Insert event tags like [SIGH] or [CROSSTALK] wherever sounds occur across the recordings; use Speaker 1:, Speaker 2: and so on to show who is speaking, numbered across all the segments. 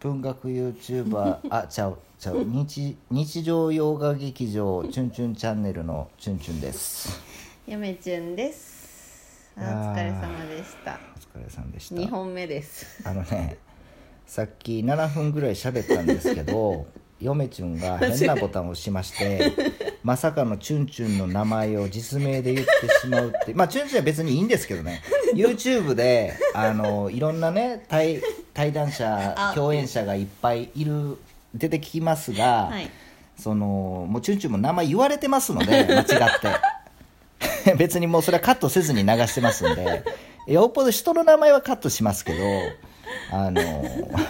Speaker 1: 文学
Speaker 2: [LAUGHS]
Speaker 1: YouTuber あちゃうちゃう日日常洋画劇場チュンチュンチャンネルのチュンチュンです
Speaker 2: 嫁ちゅんですあお
Speaker 1: いやー
Speaker 2: 疲れ様でした
Speaker 1: お疲れさんでした
Speaker 2: 二本目です
Speaker 1: あのねさっき7分ぐらい喋ったんですけど
Speaker 2: [LAUGHS]
Speaker 1: 嫁チュンが変なボタンを押しましてまさかのチュンチュンの名前を実名で言ってしまうってまあチュンチュンは別にいいんですけど
Speaker 2: [LAUGHS]
Speaker 1: ね YouTube であのいろんなね対対談者共演者がいっぱいいる出てきますが、
Speaker 2: はい
Speaker 1: そのもうチュンチュンも名前言われてますの
Speaker 2: [LAUGHS]
Speaker 1: で間違って [LAUGHS] 別にもうそれはカットせずに流してますんでよっぽど人の名前はカットしますけどあの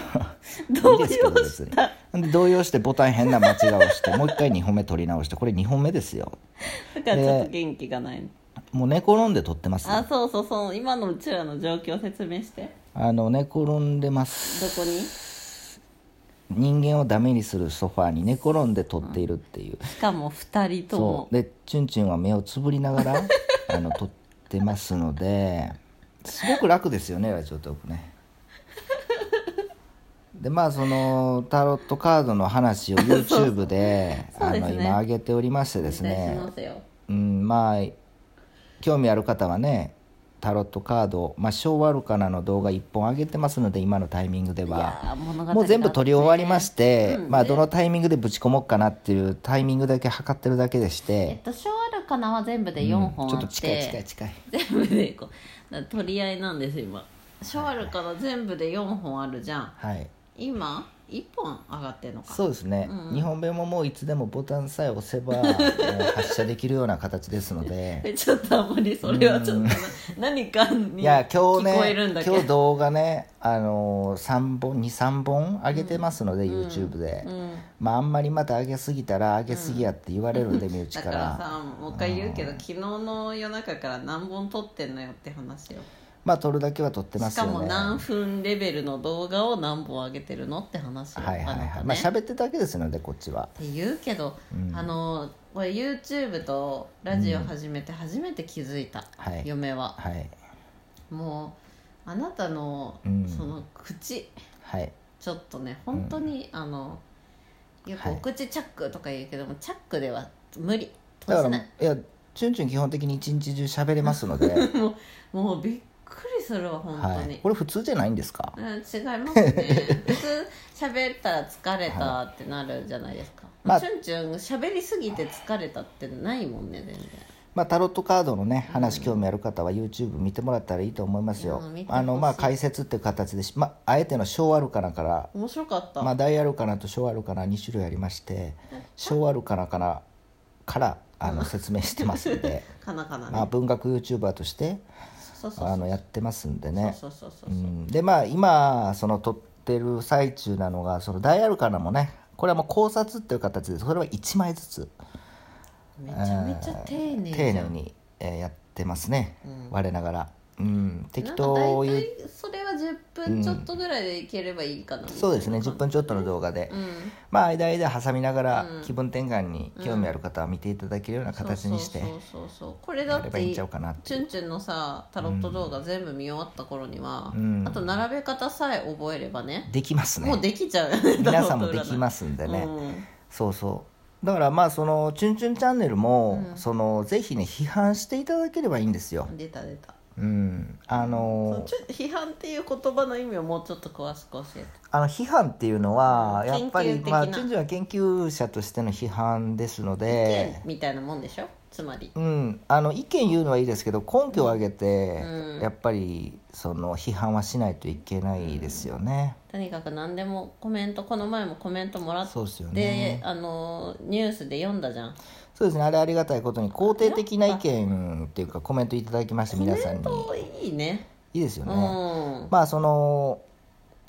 Speaker 2: [LAUGHS] 動揺
Speaker 1: いいですけど別にで動揺してボタン変な間違いをしてもう一回2本目取り直してこれ2本目ですよ
Speaker 2: だからちょっと元気がないの
Speaker 1: もう寝転んで撮ってます、
Speaker 2: あそうそうそう今のうちらの状況説明して
Speaker 1: あの寝転んでます
Speaker 2: どこに
Speaker 1: 人間をダメにするソファーに寝転んで撮っているっていう
Speaker 2: しかも二人と
Speaker 1: そ
Speaker 2: も
Speaker 1: うでチュンチュンは目をつぶりなが
Speaker 2: [LAUGHS]
Speaker 1: らあの撮ってますのですごく楽ですよねラジオトークねでまあそのタロットカードの話を
Speaker 2: [LAUGHS]
Speaker 1: YouTube で
Speaker 2: そう
Speaker 1: あ
Speaker 2: です
Speaker 1: の
Speaker 2: ね
Speaker 1: 今上げておりましてです
Speaker 2: お願い
Speaker 1: ね
Speaker 2: しますよ
Speaker 1: うんまあ興味ある方はねタロットカード、まあ、昭和ルカナの動画1本上げてますので今のタイミングで
Speaker 2: いや
Speaker 1: は
Speaker 2: ー物語が
Speaker 1: もう全部撮り終わりまして、
Speaker 2: うん
Speaker 1: まあ、どのタイミングでぶち込もうかなっていうタイミングだけ測ってるだけでし、
Speaker 2: えってと昭和ルカナは全部で4本
Speaker 1: ちょっ
Speaker 2: あ
Speaker 1: と
Speaker 2: って、
Speaker 1: 近い近い近い
Speaker 2: 全部でこうだから取り合いなんです今昭和ルカナ全部で4本あるじゃん
Speaker 1: はい
Speaker 2: 今1本上がってんのか
Speaker 1: そうですね、
Speaker 2: うん
Speaker 1: 日本弁ももういつでもボタンさえ押
Speaker 2: [LAUGHS]
Speaker 1: せばもう発射できるような形ですので
Speaker 2: え [LAUGHS] ちょっとあんまりそれはちょっとな何か
Speaker 1: い
Speaker 2: に
Speaker 1: や
Speaker 2: 聞
Speaker 1: 今日
Speaker 2: こえるんだ
Speaker 1: ね
Speaker 2: けど
Speaker 1: 今日動画ね、あのー、3本23本上げてますので、YouTube で、
Speaker 2: うん
Speaker 1: まあ、あんまりまた上げすぎたら上げすぎやって言われるんで、身内
Speaker 2: だ
Speaker 1: か
Speaker 2: かららさもう一回言うけど、昨日の夜中から何本撮ってんのよって話よ
Speaker 1: まあ撮るだけは撮ってま
Speaker 2: し
Speaker 1: すよ
Speaker 2: か
Speaker 1: ね
Speaker 2: も何分レベルの動画を何本上げてるのって話よ
Speaker 1: はいはい
Speaker 2: あ
Speaker 1: は、
Speaker 2: ないたね
Speaker 1: まあ喋ってただけですのでこっちは
Speaker 2: って言うけど、
Speaker 1: うん
Speaker 2: あのこれ YouTube とラジオ始めて初めて気づいた、
Speaker 1: はい
Speaker 2: 嫁は
Speaker 1: はい
Speaker 2: もうあなたの、
Speaker 1: うん
Speaker 2: その口
Speaker 1: はい
Speaker 2: ちょっとね本当に、あのよく
Speaker 1: はい
Speaker 2: お口チャックとか言うけども、チャックでは無理
Speaker 1: だか
Speaker 2: 閉
Speaker 1: ら
Speaker 2: じないい
Speaker 1: やチュンチュン基本的に一日中喋れますの
Speaker 2: [LAUGHS]
Speaker 1: で、
Speaker 2: もうびっくりするわ本当
Speaker 1: は
Speaker 2: に、
Speaker 1: い、これ普通じゃないんですか
Speaker 2: うん、違いま
Speaker 1: [LAUGHS]
Speaker 2: すね普通喋ったら疲れたってなるじゃないですか、
Speaker 1: まあ
Speaker 2: チュンチュン喋りすぎて疲れたってないもんね全然
Speaker 1: まあ、タロットカードのね話興味ある方は YouTube 見てもらったらいいと思いますよ、
Speaker 2: うん見てほしい
Speaker 1: あのまあ解説っていう形でし、まああえての小アルカナから、
Speaker 2: 面白かった、
Speaker 1: まあ、大アルカナと小アルカナ2種類ありまして小アルカナからからあの説明してますの
Speaker 2: [LAUGHS]
Speaker 1: で、
Speaker 2: かなかなね、
Speaker 1: まあ、文学 YouTuber として
Speaker 2: そうそうそう
Speaker 1: あのやってますんでね
Speaker 2: そうそうそ
Speaker 1: う
Speaker 2: うそうん
Speaker 1: でまあ今その撮ってる最中なのがその大アルカナもねこれはもう考察っていう形でそれは1枚ずつ
Speaker 2: めちゃめちゃ丁寧じゃ
Speaker 1: 丁
Speaker 2: ん
Speaker 1: 寧に、えーやってますね、
Speaker 2: うん
Speaker 1: 我ながら、うん、適
Speaker 2: なん
Speaker 1: 当
Speaker 2: か
Speaker 1: 言
Speaker 2: 大
Speaker 1: う
Speaker 2: 体それは10分ちょっとぐらいでいければいいかな、
Speaker 1: そうですね10分ちょっとの動画で、
Speaker 2: うん
Speaker 1: まあ間々挟みながら
Speaker 2: うん
Speaker 1: 気分転換に興味ある方は見ていただけるような形にして
Speaker 2: そうそうそうそうこれだ
Speaker 1: や
Speaker 2: っ
Speaker 1: れば
Speaker 2: て
Speaker 1: いいんちゃうかなって
Speaker 2: チュンチュンのさタロット動画全部見終わった頃には、
Speaker 1: うん
Speaker 2: あと並べ方さえ覚えればね
Speaker 1: できます
Speaker 2: もう
Speaker 1: ね
Speaker 2: できちゃう
Speaker 1: [LAUGHS] 皆さんもできますんでね、
Speaker 2: うん
Speaker 1: そうそうだからまあその「チュンチュンチャンネルも」そのぜひね批判していただければいいんですよ
Speaker 2: 出た出た
Speaker 1: うんあ
Speaker 2: そう
Speaker 1: の
Speaker 2: ちょ批判っていう言葉の意味をもうちょっと詳しく教えて
Speaker 1: あの批判っていうのはやっぱ
Speaker 2: 研究
Speaker 1: り、
Speaker 2: 的な
Speaker 1: まあ、チュンチュンは研究者としての批判ですので
Speaker 2: 意見みたいなもんでしょつまり
Speaker 1: うん、あの意見言うのはいいですけど根拠を挙げて、
Speaker 2: うん
Speaker 1: やっぱりその批判はしないといけないですよね、
Speaker 2: とにかく何でもコメントこの前もコメントもらっ
Speaker 1: そうですよ
Speaker 2: で
Speaker 1: ね
Speaker 2: あのニュースで読んだじゃん
Speaker 1: そうですねあれありがたいことに肯定的な意見っていうかコメントいただきまして
Speaker 2: コメ
Speaker 1: 皆さん
Speaker 2: ン
Speaker 1: に
Speaker 2: トいいね
Speaker 1: いいですよ
Speaker 2: う
Speaker 1: ね、
Speaker 2: ん
Speaker 1: まあその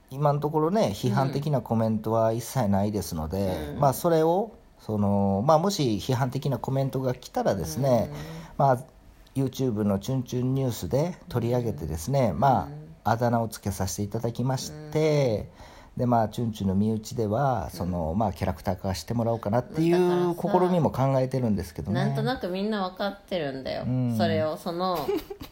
Speaker 1: 今のところね批判的なコメントは一切ないですので、
Speaker 2: うん
Speaker 1: まあそれをその、まあ、もし批判的なコメントが来たらですね、まあ YouTube の「チュンチュンニュース」で取り上げてですね、まああだ名をつけさせていただきまして、でまあチュンチュンの身内ではその、まあキャラクター化してもらおうかなってい
Speaker 2: だから
Speaker 1: う
Speaker 2: さ
Speaker 1: 試みも考えてるんですけどね
Speaker 2: なんとなくみんなわかってるんだよ、
Speaker 1: うん
Speaker 2: それを
Speaker 1: [LAUGHS]
Speaker 2: その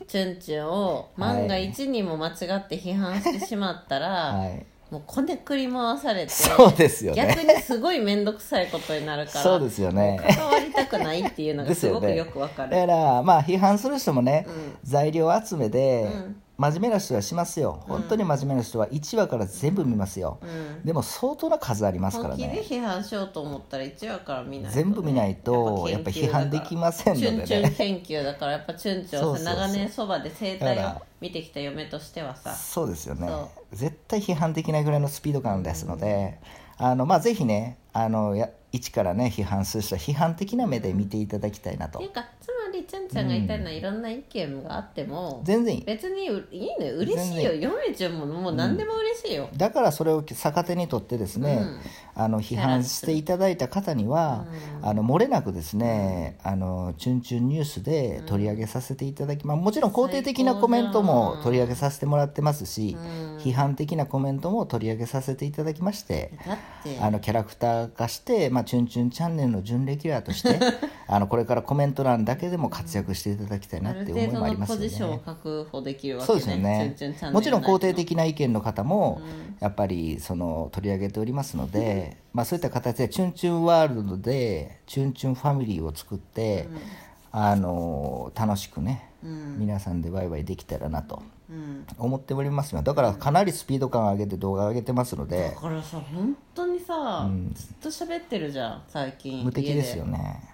Speaker 2: チュンチュンを万が一にも間違って批判してしまったら、
Speaker 1: はい
Speaker 2: もうこねくり回されて
Speaker 1: そうですよね
Speaker 2: 逆にすごい面倒くさいことになるから
Speaker 1: そうですよね
Speaker 2: 関わりたくないっていうのが
Speaker 1: です
Speaker 2: す
Speaker 1: よ
Speaker 2: ごく
Speaker 1: ね
Speaker 2: よくわか
Speaker 1: だ
Speaker 2: る、
Speaker 1: からまあ批判する人もね、
Speaker 2: うん
Speaker 1: 材料集めで、
Speaker 2: うん
Speaker 1: 真面目な人はしますよ本当に真面目な人は1話から全部見ますよ、
Speaker 2: うん
Speaker 1: でも相当な数ありますから
Speaker 2: 本気で
Speaker 1: ね
Speaker 2: 批判しようと思ったら1話から見ないとね、
Speaker 1: 全部見ないと
Speaker 2: やっぱ研究
Speaker 1: やっぱ批判できませんのでね
Speaker 2: チュンチュン研究だからやっぱチュンチュン
Speaker 1: そう
Speaker 2: は
Speaker 1: そ
Speaker 2: さ
Speaker 1: うそう
Speaker 2: 長年そばで生
Speaker 1: だか
Speaker 2: 態を
Speaker 1: ら
Speaker 2: 見てきた嫁としてはさ
Speaker 1: そうですよね
Speaker 2: そ
Speaker 1: 絶対批判できないぐらいのスピード感ですので、あのまあぜひねあのや一からね批判する人は批判的な目で見ていただきたいな
Speaker 2: っ
Speaker 1: と、
Speaker 2: ていうかつまりチュンチュンが言いたいのはいろんな意見があっても、
Speaker 1: 全然いい
Speaker 2: 別にういいね嬉しいよ嫁ちゃんももう何でも嬉しいよ、
Speaker 1: だからそれを逆手にとってですね、あの批判していただいた方には、あの漏れなくですね「あのチュンチュンニュース」で取り上げさせていただきます、もちろん肯定的なコメントも取り上げさせてもらってますし、批判的なコメントも取り上げさせていただきまして。
Speaker 2: だって
Speaker 1: あのキャラクター化して、まあ、チュンチュンチャンネルの準レギュラーとして
Speaker 2: [LAUGHS]
Speaker 1: あのこれからコメント欄だけでも活躍していただきたいな
Speaker 2: あ
Speaker 1: っ
Speaker 2: る
Speaker 1: て
Speaker 2: 程
Speaker 1: いう思い
Speaker 2: 度
Speaker 1: もありま
Speaker 2: の
Speaker 1: す
Speaker 2: ポ
Speaker 1: よね。
Speaker 2: ジションを確保できるわけ
Speaker 1: そう
Speaker 2: ね
Speaker 1: ですよね
Speaker 2: チュンチュンチャンネル
Speaker 1: もちろん
Speaker 2: 内の
Speaker 1: 肯定的な意見の方もやっぱりその取り上げておりますので、まあ、そういった形で「チュンチュンワールド」で「チュンチュンファミリー」を作って、あの楽しくね、皆さんでワイワイできたらなと思っておりますよだからかなりスピード感を上げて動画を上げてますの
Speaker 2: だ
Speaker 1: で
Speaker 2: からさ本当にさ、ずっと喋ってるじゃん最近
Speaker 1: 無敵ですよ
Speaker 2: 家
Speaker 1: ね。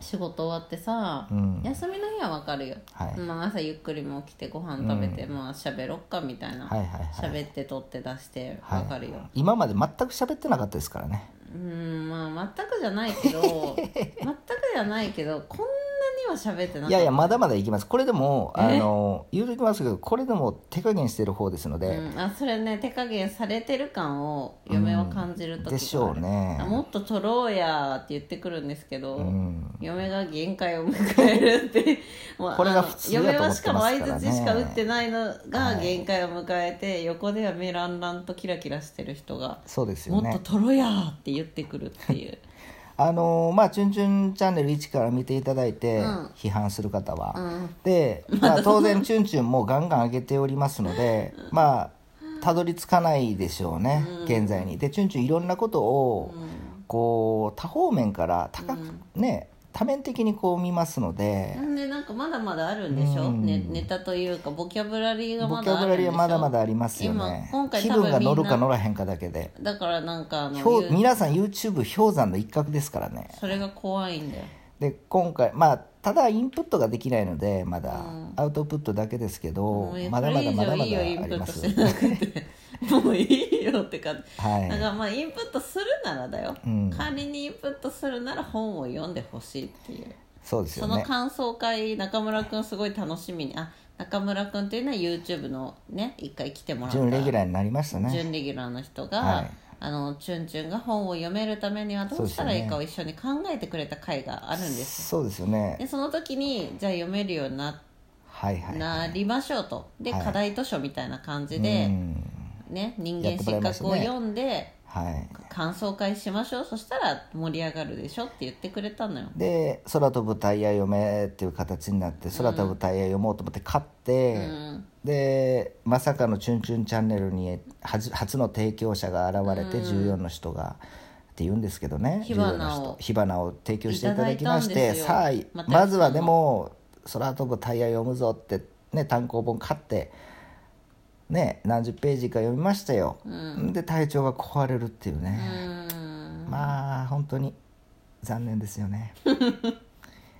Speaker 2: 仕事終わってさ、
Speaker 1: うん
Speaker 2: 休みの日はわかるよ、
Speaker 1: はい
Speaker 2: まあ、朝ゆっくりも起きてご飯食べて、まあ喋ろっかみたいな、
Speaker 1: はいはいはい
Speaker 2: 喋って取って出して
Speaker 1: はい
Speaker 2: わかるよ、
Speaker 1: 今まで全く喋ってなかったですからね
Speaker 2: うんまあ全くじゃないけど
Speaker 1: [LAUGHS]
Speaker 2: 全くじゃないけどこんなには喋ってなかった
Speaker 1: いやいやまだまだいきますこれでもあの言うときますけどこれでも手加減してる方ですので、
Speaker 2: うん、あそれね手加減されてる感を嫁は感じる時がある、
Speaker 1: でしょうね
Speaker 2: あもっと取ろうやーって言ってくるんですけど、
Speaker 1: ん
Speaker 2: 嫁が限界を迎えるってもう
Speaker 1: [LAUGHS] これが普通だと思って
Speaker 2: あの嫁は
Speaker 1: ます
Speaker 2: し
Speaker 1: か
Speaker 2: からも
Speaker 1: ね
Speaker 2: 相づちしか打ってないの
Speaker 1: は
Speaker 2: が
Speaker 1: い
Speaker 2: 限界を迎えて、横では目らんらんとキラキラしてる人が、
Speaker 1: そうですよ
Speaker 2: もっ
Speaker 1: ね
Speaker 2: と取ろうやーって言ってくるっていう、
Speaker 1: あのまあ「チュンチュンチャンネル」1から見ていただいて、
Speaker 2: うん
Speaker 1: 批判する方は、
Speaker 2: うん
Speaker 1: で、まあ、当然チュンチュンもガンガン上げておりますので、まあたどり着かないでしょうね、現在にでチュンチュンいろんなことを、こう多方面から高く、ね多面的にこう見ますので、
Speaker 2: なんでなんかまだまだあるんでしょ、
Speaker 1: うん
Speaker 2: ね、ネタというかボキャブラリーが
Speaker 1: ボ
Speaker 2: ま
Speaker 1: キャ
Speaker 2: だあ
Speaker 1: ブラ
Speaker 2: るん
Speaker 1: リ
Speaker 2: でし
Speaker 1: ー
Speaker 2: ょ
Speaker 1: はまだまだありますよね
Speaker 2: 今今回
Speaker 1: 気
Speaker 2: 多分
Speaker 1: 分が乗るか
Speaker 2: みんな
Speaker 1: 乗らへんかだけで
Speaker 2: だからなんかあの
Speaker 1: ひょう
Speaker 2: 言う
Speaker 1: 皆さん YouTube 氷山の一角ですからね
Speaker 2: それが怖いんだよ
Speaker 1: で今回まあただインプットができないのでまだ、
Speaker 2: うん
Speaker 1: アウトプットだけですけど
Speaker 2: もう
Speaker 1: まだまだまだまだあ
Speaker 2: これ以上いいよインプ
Speaker 1: り
Speaker 2: ッ
Speaker 1: ま
Speaker 2: ト
Speaker 1: す
Speaker 2: してなく
Speaker 1: [LAUGHS]
Speaker 2: てもういいよって感じ、
Speaker 1: はい
Speaker 2: だからまあインプットするならだよ、
Speaker 1: うん
Speaker 2: 代わりにインプットするなら本を読んでほしいっていう
Speaker 1: そうです
Speaker 2: そ
Speaker 1: よ
Speaker 2: の
Speaker 1: ね
Speaker 2: 感想会中村くんすごい楽しみにあ中村くんっていうのは YouTube のね一回来てもらった
Speaker 1: 準レギュラーになりましたね
Speaker 2: 準レギュラーの人が、
Speaker 1: はい
Speaker 2: あのチュンチュンが本を読めるためにはどうしたらいいかを一緒に考えてくれた回があるんです
Speaker 1: そ
Speaker 2: よ
Speaker 1: うですよね
Speaker 2: でその時にじゃあ読めるようになって
Speaker 1: はいはい
Speaker 2: なりましょうとで、
Speaker 1: はい
Speaker 2: 課題図書みたいな感じ
Speaker 1: う
Speaker 2: で、
Speaker 1: ん
Speaker 2: ね、人
Speaker 1: や
Speaker 2: 間
Speaker 1: ってもら
Speaker 2: 失
Speaker 1: いました
Speaker 2: 格
Speaker 1: ね
Speaker 2: を読んで
Speaker 1: はい
Speaker 2: 感想会しましょうそしたら盛り上がるでしょって言ってくれたのよ
Speaker 1: で「空飛ぶタイヤ読め」っていう形になって「空飛ぶタイヤ読もう」と思って買って、
Speaker 2: うん
Speaker 1: でまさかの「チュンチュンチャンネルに」初初の提供者が現れて14の人が、って言うんですけどね
Speaker 2: 火花
Speaker 1: 14
Speaker 2: を
Speaker 1: の人火花を提供していただきまし
Speaker 2: いただい
Speaker 1: て
Speaker 2: たんですよ
Speaker 1: さあ
Speaker 2: また
Speaker 1: まずはでも「空飛ぶタイヤ読むぞ」って、ね、単行本買って。ね、何十ページか読みましたよ、で体調が壊れるっていうね、
Speaker 2: うん
Speaker 1: まあ本当に残念ですよね
Speaker 2: [LAUGHS]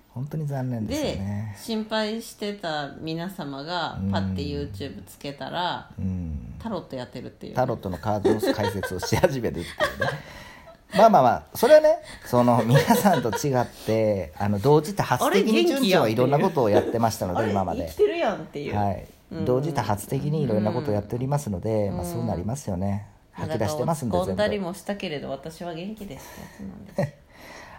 Speaker 1: 本当に残念ですよ
Speaker 2: で
Speaker 1: ね
Speaker 2: 心配してた皆様がパッて YouTube つけたら、
Speaker 1: うん
Speaker 2: タロットやってるっていう
Speaker 1: タロットのカードの解説をし始めるっていうねまあまあまあそれはねその皆さんと違ってあの同時多発的に
Speaker 2: あれ元
Speaker 1: 順
Speaker 2: 気
Speaker 1: 調
Speaker 2: やん
Speaker 1: は
Speaker 2: っていう
Speaker 1: いろんなことをやってましたの
Speaker 2: あ
Speaker 1: で
Speaker 2: れ
Speaker 1: 今まで
Speaker 2: 生きてるやんっていう、
Speaker 1: はい同時多発的にいろんなことをやっておりますので、まあ、そうなりますよね吐き出してますんで
Speaker 2: 体を突っ込
Speaker 1: 全
Speaker 2: んだり
Speaker 1: 部
Speaker 2: もしたけれど私は元気ですってやつなんです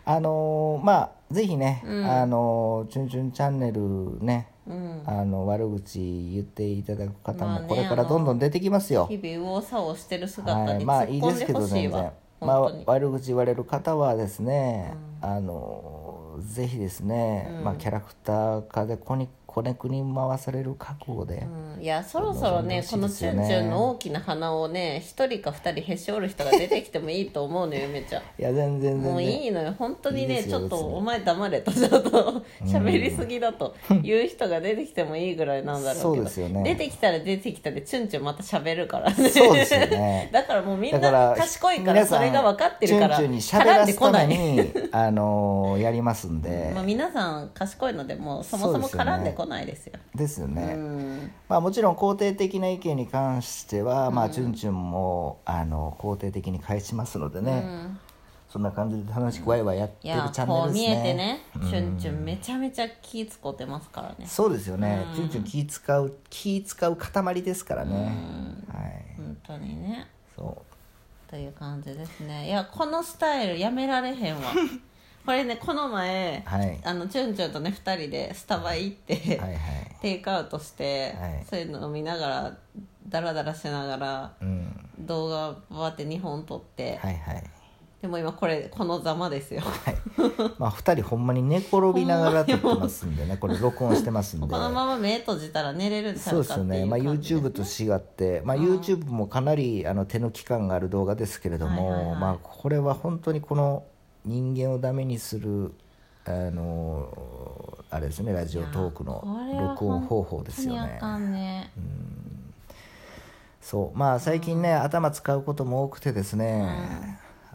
Speaker 1: あのーまあぜひね、あのーチュンチュンチャンネル」ね
Speaker 2: うん
Speaker 1: あの悪口言っていただく方
Speaker 2: まあ
Speaker 1: も
Speaker 2: ね
Speaker 1: これからどんどん出てきますよ。
Speaker 2: 日々右往左往してる姿
Speaker 1: は
Speaker 2: に
Speaker 1: い、
Speaker 2: 突
Speaker 1: まあ
Speaker 2: っ
Speaker 1: いい
Speaker 2: 込
Speaker 1: で
Speaker 2: ん
Speaker 1: す
Speaker 2: で
Speaker 1: け
Speaker 2: ほ
Speaker 1: ど
Speaker 2: しい
Speaker 1: 全
Speaker 2: わ、
Speaker 1: 然。まあ
Speaker 2: 本当に、
Speaker 1: 悪口言われる方はですね、あのぜひですね、まあキャラクター化でこにこ子猫に回される覚悟で、
Speaker 2: うん、いやそろそろねこ
Speaker 1: そう
Speaker 2: の
Speaker 1: で
Speaker 2: チ
Speaker 1: す
Speaker 2: ュ
Speaker 1: よ
Speaker 2: ン
Speaker 1: ね
Speaker 2: チュンの大きな鼻をね一人か二人へし折る人が出てきてもいいと思うのよゆめちゃん
Speaker 1: いや全然全然
Speaker 2: もういいのよ本当に
Speaker 1: いい
Speaker 2: ね
Speaker 1: です
Speaker 2: ち
Speaker 1: よ
Speaker 2: ょっと
Speaker 1: 別に
Speaker 2: お前黙れとちょっと喋りすぎだと言う人が出てきてもいいぐらいなんだろうけど
Speaker 1: そうですよね
Speaker 2: 出てきたら出てきたでチュンチュンまた喋るからね
Speaker 1: そうですよね
Speaker 2: [LAUGHS] だからもうみん
Speaker 1: だか
Speaker 2: な
Speaker 1: ら
Speaker 2: 賢いから
Speaker 1: 皆さ
Speaker 2: そ
Speaker 1: ん
Speaker 2: れが分かってるから
Speaker 1: チュンチュンに喋ら
Speaker 2: んですこ
Speaker 1: た
Speaker 2: な
Speaker 1: め
Speaker 2: い
Speaker 1: に [LAUGHS] あのーやりますんで
Speaker 2: まあ、皆さん賢いのでもうそもそ
Speaker 1: そうで
Speaker 2: も
Speaker 1: すよね
Speaker 2: 絡んでこないですよ
Speaker 1: ですよね、
Speaker 2: うん
Speaker 1: まあ、もちろん肯定的な意見に関しては、まあ、チュンチュンもあの肯定的に返しますのでね、
Speaker 2: うん
Speaker 1: そんな感じで楽しくワイワイやって
Speaker 2: い
Speaker 1: る
Speaker 2: や
Speaker 1: チャンネ
Speaker 2: こ
Speaker 1: ル
Speaker 2: う
Speaker 1: です
Speaker 2: 見
Speaker 1: ね
Speaker 2: えてねチュンチュンめちゃめちゃ気使ってますからね
Speaker 1: そうですよね、
Speaker 2: うん
Speaker 1: チュンチュン気使う気使う塊ですからね、はい
Speaker 2: 本当にね
Speaker 1: そ
Speaker 2: という感じですねいやこのスタイルやめられへん
Speaker 1: [LAUGHS]
Speaker 2: わこれねこの前、
Speaker 1: はい
Speaker 2: あのチュンチュンとね2人でスタバ行って、
Speaker 1: うはいはい
Speaker 2: テイクアウトして、
Speaker 1: はい
Speaker 2: そういうのを見ながらダラダラしながら
Speaker 1: うん
Speaker 2: 動画バーって2本撮って、
Speaker 1: はいはい
Speaker 2: でも今これこのざまですよ
Speaker 1: まあ2人ほんまに寝転びながら撮ってますんでねこれ録音してますんで
Speaker 2: [LAUGHS] [LAUGHS] このまま目閉じたら寝れるんちゃ
Speaker 1: そう
Speaker 2: う
Speaker 1: で
Speaker 2: か
Speaker 1: す
Speaker 2: ってい
Speaker 1: よ
Speaker 2: う
Speaker 1: ね、まあ、
Speaker 2: 感じ
Speaker 1: YouTube と違って、まあ、YouTube もかなりあの手の期間がある動画ですけれども、
Speaker 2: はいはいはい
Speaker 1: まあ、これは本当にこの人間をダメにするあのあれですねラジオトークの録音方法ですよ
Speaker 2: いやこ
Speaker 1: ね
Speaker 2: れは本当にあかんね
Speaker 1: そうまあ最近ね、頭使うことも多くてですね、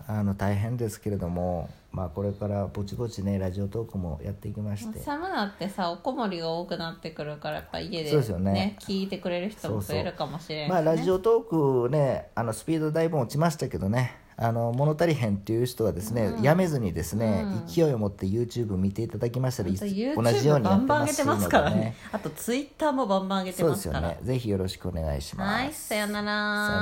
Speaker 1: あの大変ですけれども、まあ、これからぼちぼちねラジオトークもやっていきまして
Speaker 2: 寒なってさおこもりが多くなってくるからやっぱ家で,、ね
Speaker 1: そうですよね
Speaker 2: 聞いてくれる人も増えるかもしれんしね
Speaker 1: まあ、ラジオトークねあのスピードだいぶ落ちましたけどねあの物足りへんっていう人はですね、やめずにですね、勢いを持って YouTube 見ていただきましたらい
Speaker 2: そう
Speaker 1: 同じよう
Speaker 2: YouTube
Speaker 1: に
Speaker 2: バ
Speaker 1: やって
Speaker 2: ンバン
Speaker 1: ま
Speaker 2: 上げて
Speaker 1: す
Speaker 2: ます
Speaker 1: の
Speaker 2: か
Speaker 1: で
Speaker 2: らね
Speaker 1: ね
Speaker 2: あと Twitter もバンバン上げて
Speaker 1: そう
Speaker 2: ま
Speaker 1: ですすよ
Speaker 2: から
Speaker 1: ねぜひよろしくお願いします、
Speaker 2: はいさよ
Speaker 1: さよ
Speaker 2: なら
Speaker 1: なら